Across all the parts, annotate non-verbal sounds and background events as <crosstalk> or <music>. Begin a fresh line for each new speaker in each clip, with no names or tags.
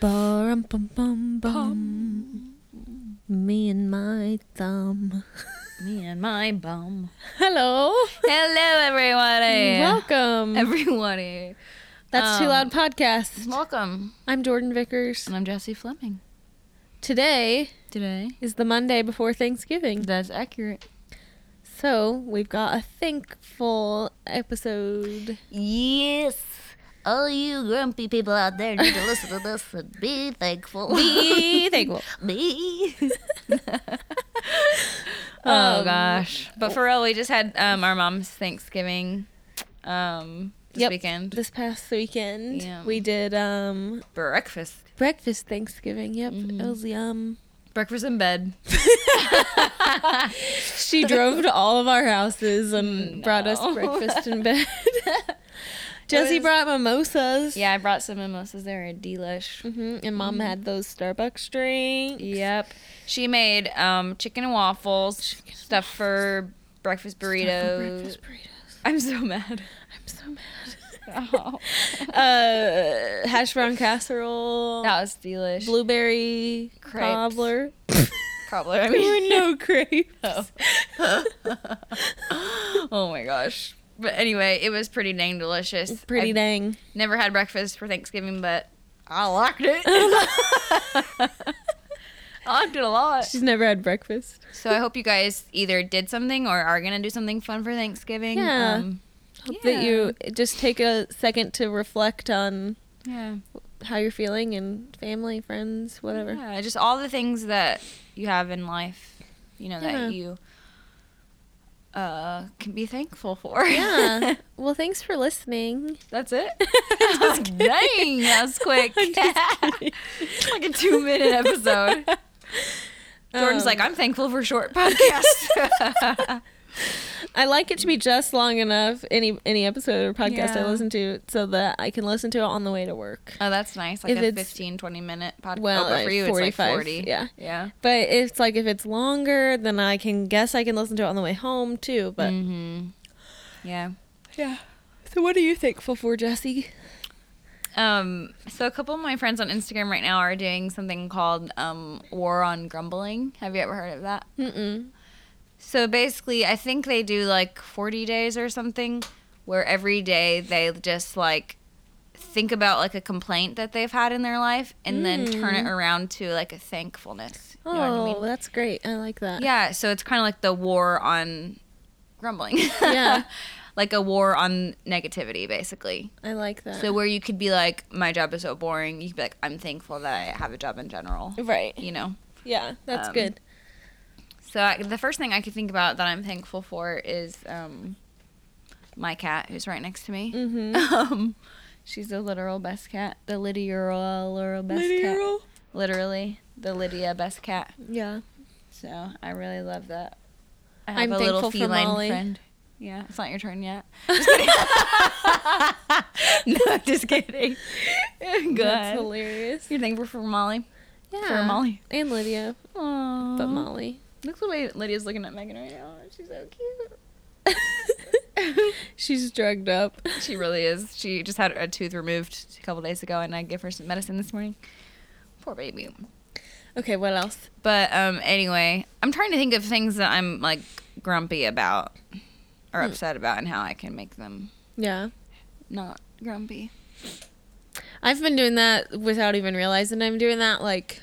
Bum, bum, bum, bum. Me and my thumb.
Me and my bum.
Hello.
Hello, everybody.
Welcome.
Everybody.
That's Too
um,
Loud Podcast.
Welcome.
I'm Jordan Vickers.
And I'm Jesse Fleming.
Today
Today.
is the Monday before Thanksgiving.
That's <laughs> accurate.
So we've got a thankful <laughs> episode.
Yes. All you grumpy people out there need to listen to this and be thankful.
<laughs> Be thankful.
Me. oh
Um,
gosh. But for real, we just had um, our mom's Thanksgiving um, this
Yep.
weekend.
This past weekend,
Yeah.
we did um
Breakfast.
breakfast Thanksgiving. Yep, it
Mhm.
was <laughs> yum.
Breakfast in <laughs> bed.
She drove to all of our houses and brought us
Mm, No. <laughs>
breakfast in bed. Jesse
was-
brought mimosas.
Yeah, Mm-hmm. I brought some mimosas. They were delish.
hmm And mom had those Starbucks drinks.
Yep. She made um, chicken and waffles, stuff for breakfast burritos. <laughs>
Breakfast burritos.
I'm so mad.
I'm so mad.
Oh,
uh, hash brown casserole.
that was delish.
Blueberry
Crepes.
cobbler.
<laughs> cobbler. I
There were
mean,
no crepes.
Oh. <laughs> <laughs> oh my gosh. But anyway, it was pretty dang delicious.
Pretty
I <laughs>
dang.
Never had breakfast for Thanksgiving, but I liked
<laughs>
it. I liked it a lot.
She's never had breakfast.
So I hope you guys either did something or are gonna do something fun for Thanksgiving.
Yeah.
Um,
Hope that you just take a second to reflect on
yeah.
how you're feeling and family, friends, whatever.
Yeah, just all the things that you have in life, you know,
Yeah.
that you uh can be thankful for.
Yeah. well, thanks for listening.
<laughs>
<laughs>
That's it.
Just kidding.
Dang, that was quick.
<laughs> I'm just kidding.
<laughs> like a two minute
<laughs>
episode. Jordan's
Um,
like, I'm thankful for
<laughs>
short podcasts.
Um, I like it to be just long enough any any episode or podcast I
Yeah.
listen to so that I can listen to it on the way to work.
oh, that's nice. Like
If
a
it's-
15, 20 minute podcast.
Well,
oh, but for
like
you, it's
45,
like 40.
yeah.
Yeah.
But it's like if it's longer, then I can guess I can listen to it on the way home too. But
hmm Yeah.
yeah. So what are you thankful for, Jesse?
Um, so a couple of my friends on Instagram right now are doing something called um, War on Grumbling. Have you ever heard of that?
Mm-mm.
So basically, I think they do like 40 days or something where every day they just like think about like a complaint that they've had in their life and then turn it around to like a thankfulness. You
Hmm. Oh,
know what I mean?
that's great. I like that.
Yeah, so it's kind of like the war on grumbling.
Yeah.
<laughs> like a war on negativity basically.
I like that.
So where you could be like, my job is so boring, you could be like, I'm thankful that I have a job in general.
right.
You know.
Yeah, that's
Um,
good.
So I, the first thing I could think about that I'm thankful for is um, my cat, who's right next to me. <laughs>
Mm-hmm.
Um, she's the literal best cat, the literal, literal best cat, literally the Lydia best cat.
Yeah.
So I really love that. I have
I'm
a little
thankful for
feline
Molly.
friend. Yeah, it's not your turn
<laughs>
yet. <laughs> Just kidding. <laughs> no, just
<laughs>
kidding. Good.
That's hilarious.
You're thankful for Molly.
Yeah.
For Molly.
And Lydia,
Aww. <laughs>
but Molly.
Look the way Lydia's looking at Megan right now. She's so cute.
She's drugged up.
she really is. She just had a tooth removed a couple days ago, and I gave her some medicine this morning. Poor baby.
Okay, what else?
But um, anyway, I'm trying to think of things that I'm like grumpy about or
Hmm.
upset about, and how I can make them
Yeah.
not grumpy.
I've been doing that without even realizing I'm doing that, like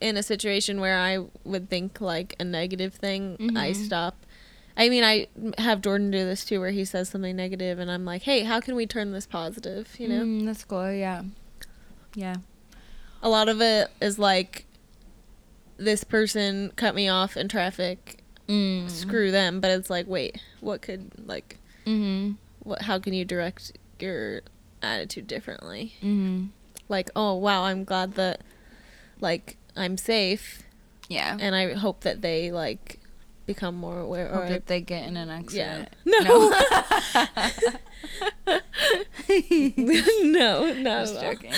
in a situation where I would think like a negative thing, I
Mhm.
stop. I mean, I have Jordan do this too, where he says something negative, and I'm like, "Hey, how can we turn this positive?" You know,
Mm, that's cool. Yeah. Yeah.
a lot of it is like, "This person cut me off in traffic.
Mm.
Screw them." But it's like, wait, what could like,
Mm-hmm.
what? How can you direct your attitude differently?
Mm-hmm.
like, oh wow, I'm glad that like I'm safe
Yeah.
and I hope that they like become more aware
Oh. Hope
or
that they get in an
yeah.
accident.
No.
<laughs>
No,
No. <laughs>
no, not
Just
at all.
joking.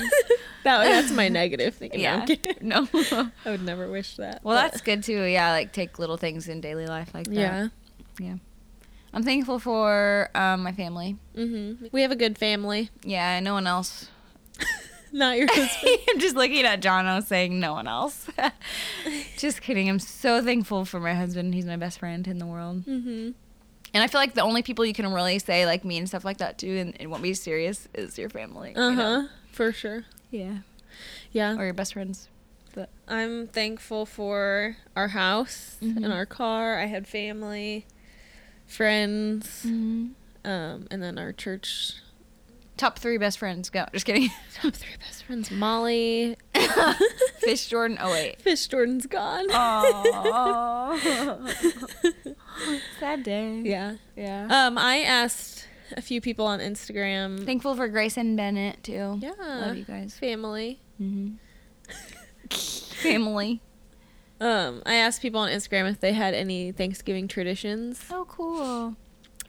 That that's
<laughs>
my negative thinking. No, I'm
yeah.
kidding. <laughs>
No. <laughs>
I would never wish that.
Well,
but-
that's good too. Yeah, like take little things in daily life like that.
yeah.
I'm thankful for um, my family.
Mm-hmm. hmm We have a good family. <laughs>
Yeah, no one else
Not your husband.
<laughs> I'm just looking at Jono saying no one else. <laughs> just kidding. I'm so thankful for my husband. He's my best friend in the world.
mm-hmm.
And I feel like the only people you can really say like me and stuff like that to and, and won't be serious is your family. you
Uh
know?
huh. For sure.
Yeah.
Yeah.
Or your best friends.
I'm thankful for our house
Mhm.
and our car. I had family, friends,
Mm-hmm.
um, and then our church.
Top three best friends. Go. Just kidding. <laughs>
Top <laughs> three best friends: Molly,
Fish Jordan. Oh wait.
<laughs> Fish Jordan's gone.
<laughs> Sad day.
<laughs> yeah.
Yeah.
Um, I asked a few people on Instagram.
Thankful for Grace and Bennett too.
yeah.
Love you guys.
Family. <laughs>
Mm-hmm. Family.
Um, I asked people on Instagram if they had any Thanksgiving traditions.
Oh, cool.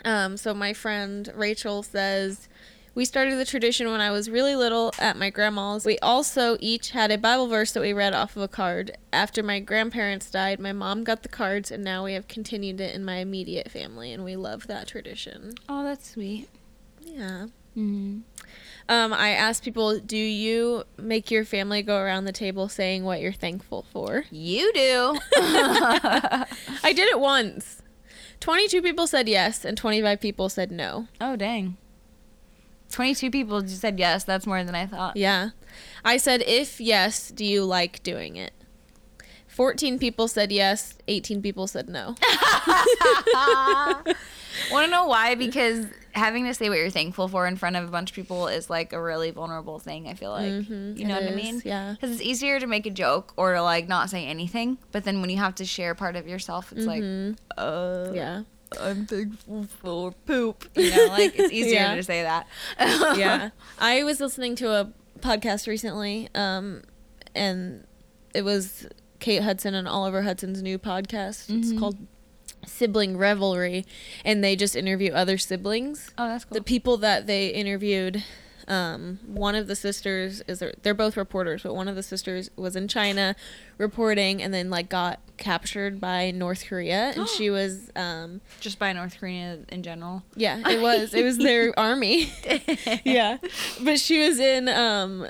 Um, so my friend Rachel says, we started the tradition when I was really little at my grandma's. We also each had a Bible verse that we read off of a card. After my grandparents died, my mom got the cards, and now we have continued it in my immediate family, and we love that tradition.
Oh, that's sweet.
Yeah.
Mm-hmm.
Um, I asked people, do you make your family go around the table saying what you're thankful for?
You do. <laughs>
I did it once. 22 people said yes, and 25 people said no.
oh, dang. 22 people just said yes. That's more than I thought.
Yeah. I said, if yes, do you like doing it? 14 people said yes, 18 people
<laughs>
said no.
Want to know why? Because having to say what you're thankful for in front of a bunch of people is like a really vulnerable thing, I feel like.
Mhm,
you know
it
what I
is,
mean?
Yeah.
Because it's easier to make a joke or to like not say anything. But then when you have to share part of yourself, it's
Mhm,
like, uh, <laughs>
yeah.
I'm thankful for poop. <laughs> You know, like it's easier
Yeah.
to say that. <laughs>
<laughs> yeah. I was listening to a podcast recently, um, and it was Kate Hudson and Oliver Hudson's new podcast.
Mm-hmm.
It's called Sibling Revelry, and they just interview other siblings.
Oh, that's cool.
the people that they interviewed um, one of the sisters is they're both reporters but one of the sisters was in china reporting and then like got captured by north korea and she was um,
Just by North Korea in general.
yeah it was it
<laughs>
was their army <laughs> yeah but she was in um,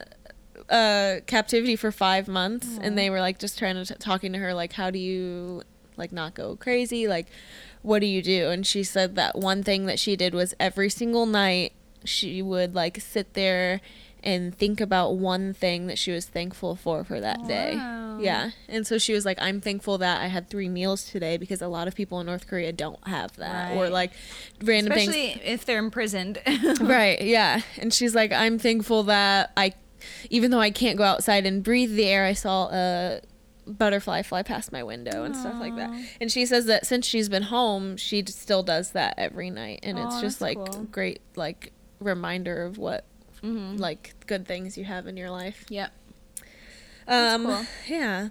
uh, captivity for five months and they were like just trying to t- talking to her like how do you like not go crazy like what do you do and she said that one thing that she did was every single night she would like sit there and think about one thing that she was thankful for for that day
Wow.
yeah and so she was like i'm thankful that i had three meals today because a lot of people in north korea don't have that or
Right.
like random things
Especially uh-huh. if they're
<laughs>
imprisoned. <laughs>
Right, yeah. And she's like, I'm thankful that I, even though I can't go outside and breathe the air, I saw a butterfly fly past my window and stuff like that. And she says that since she's been home, she d- still does that every night. And it's
Aw,
just
that's
like
cool.
great, like, reminder of what,
Mhm.
like, good things you have in your life.
Yep.
Um,
cool.
Yeah.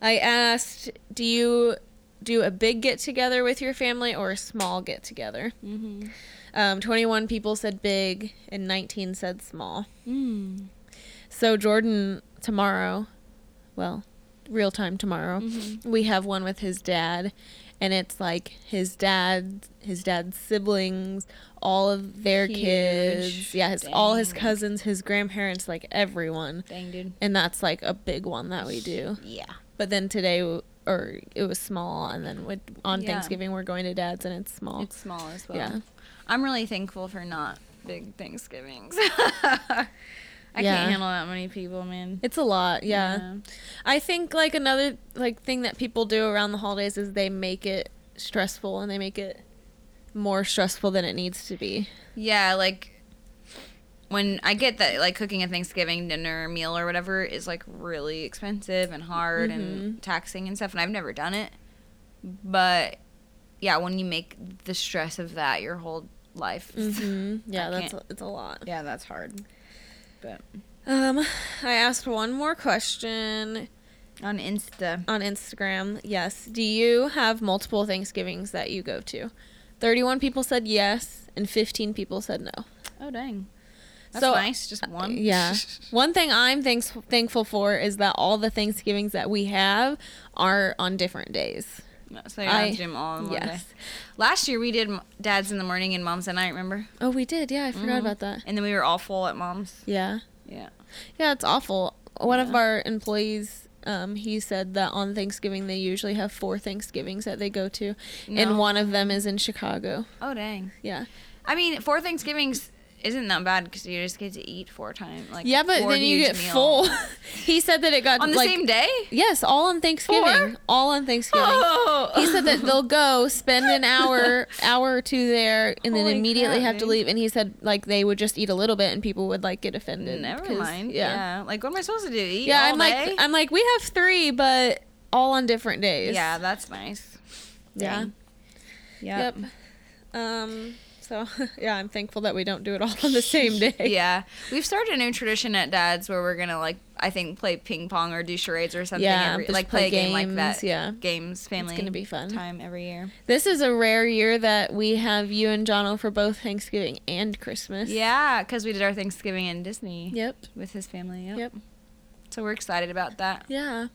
I asked, do you do a big get together with your family or a small get together?
Mm-hmm.
Um, 21 people said big and 19 said small.
Mm.
So, Jordan, tomorrow, well, real time tomorrow,
Mm-hmm.
we have one with his dad. And it's like his dad, his dad's siblings, all of their
Huge.
kids. Yeah, his, all his
Dang.
cousins, his grandparents, like everyone.
Dang, dude.
And that's like a big one that we do.
Yeah.
But then today, w- or it was small. And then with, on
Yeah.
Thanksgiving, we're going to dad's and it's small.
It's small as well.
Yeah.
I'm really thankful for not big Thanksgivings. <laughs> I
Yeah.
can't handle that many people, man.
It's a lot, yeah. I think like another like thing that people do around the holidays is they make it stressful and they make it more stressful than it needs to be.
Yeah, like when I get that like cooking a Thanksgiving dinner meal or whatever is like really expensive and hard and taxing and stuff and I've never done it. But yeah, when you make the stress of that your whole life. <laughs>
hmm
Mm-hmm. I
Yeah, that's
can't-
it's a lot.
Yeah, that's hard. But
Um, I asked one more question
on Insta.
on Instagram. Yes, do you have multiple Thanksgivings that you go to? Thirty-one people said yes, and fifteen people said no.
Oh dang. That's
So-
nice, just one. <laughs>
Yeah. One thing I'm thanks- thankful for is that all the Thanksgivings that we have are on different days.
so you have
I-
to do them all in one
yes.
day. Last year we did m- dads in the morning and moms at night, remember?
Oh, we did. Yeah, I forgot
Mhm.
about that.
And then we were all full at mom's.
Yeah.
Yeah.
Yeah, it's awful. One of our employees, um, he said that on Thanksgiving they usually have four Thanksgivings that they go to,
No.
and one of them is in Chicago.
Oh dang.
Yeah.
I mean, four Thanksgivings isn't that bad because you just get to eat four times. Like
Yeah, but
four
then you
huge
get
meals.
full. <laughs> he said that it got
<laughs> on the
like,
same day.
Yes, all on Thanksgiving.
Four?
All on Thanksgiving.
<laughs> Oh,
He said that they'll go spend an hour, hour or two there, and then
Holy
immediately
crap,
have to
dude.
leave. And he said like they would just eat a little bit, and people would like get
<laughs>
offended.
Never
'cause-
mind.
Yeah.
Yeah. Like, what am I supposed to do? Eat
Yeah.
all
I'm
day?
like I'm like we have three, but all on different days.
yeah, that's nice.
Yeah.
Dang.
Yep. Um. So <laughs> yeah, I'm thankful that we don't do it all on the
<laughs>
same day. <laughs>
Yeah. We've started a new tradition at Dad's where we're gonna like I think play ping pong or do charades or something.
Yeah,
every,
just
like
play
play, a game like
games,
that.
yeah.
Games family.
gonna be fun.
time every year.
This is a rare year that we have you and Jono for both Thanksgiving and Christmas.
Yeah, because we did our Thanksgiving in Disney.
Yep.
With his family. Yep.
Yep.
So we're excited about that.
Yeah.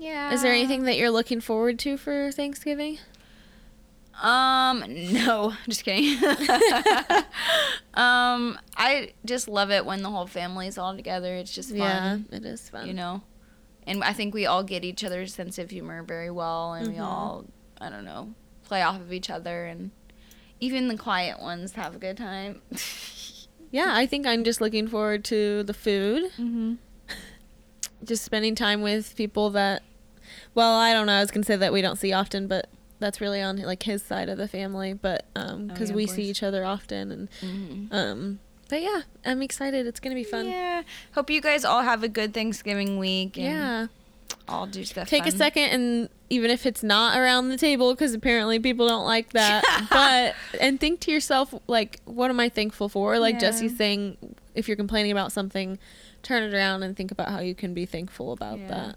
Yeah.
Is there anything that you're looking forward to for Thanksgiving?
Um, no, <laughs> just kidding.
<laughs>
um, I just love it when the whole family's all together. It's just fun,
it is fun.
you know. And I think we all get each other's sense of humor very well, and we
Mhm.
all, I don't know, play off of each other, and even the quiet ones have a good time. <laughs>
Yeah, I think I'm just looking forward to the food,
mm-hmm.
just spending time with people that, well, I don't know. I was gonna say that we don't see often, but that's really on like his side of the family, but um,
Oh,
because
yeah,
we
of
see
course.
each other often, and um, but yeah, I'm excited. It's gonna be fun. Yeah.
Mm-hmm. Yeah. Hope you guys all have a good Thanksgiving week. And All do stuff.
Take a
fun.
second and even if it's not around the table because apparently people don't
<laughs>
like that, but and think to yourself like what am I thankful for? Like
Yeah.
Jesse's saying if you're complaining about something, turn it around and think about how you can be thankful about
Yeah.
that.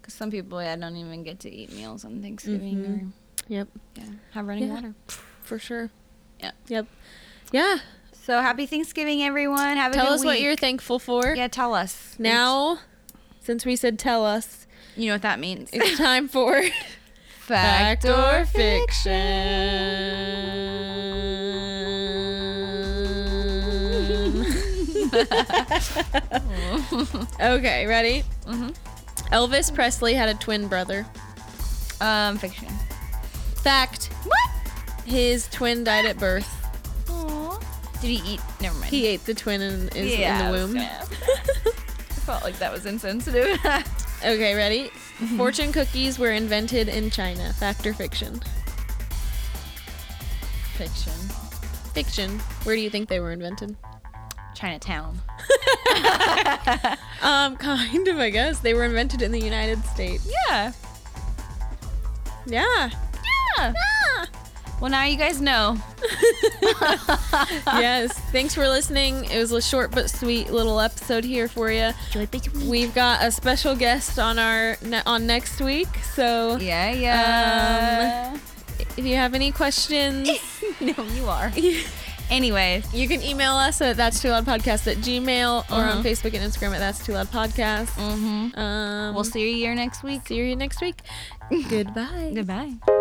Because some people, yeah, don't even get to eat meals on Thanksgiving
Mhm.
or
Yep,
yeah, have running
Yeah.
water.
for sure.
Yeah.
Yep. Yeah.
So happy Thanksgiving, everyone. Have a
tell
good
us what
week.
you're thankful for.
yeah. Tell us
Now, since we said tell us,
You know what that means. <laughs>
it's time for Fact or fiction? okay, ready?
Mhm.
Elvis Presley had a twin brother.
<laughs> Um, fiction.
Fact,
What?
his twin died at birth.
Did he eat? Never mind.
He ate the twin and is
Yeah, I
in the
was
womb.
gonna- <laughs> I felt like that was insensitive. <laughs>
okay, ready? Fortune cookies were invented in China. Fact or fiction?
fiction.
Fiction. Where do you think they were invented?
Chinatown.
Um, <laughs> kind of, I guess. They were invented in the United States.
Yeah.
<laughs> Yeah.
Yeah. Well, now you guys know.
yes. Thanks for listening. It was a short but sweet little episode here for you. We've got a special guest on our ne- on next week. So
Yeah, yeah. <laughs>
if you have any <laughs> questions,
no, you are.
you
Anyways.
can email us at that's too loud podcast at gmail or
Uh-huh.
on Facebook and Instagram at that's too loud podcast.
Mm-hmm.
Um,
We'll see you here next week.
see you next week. Goodbye.
Goodbye.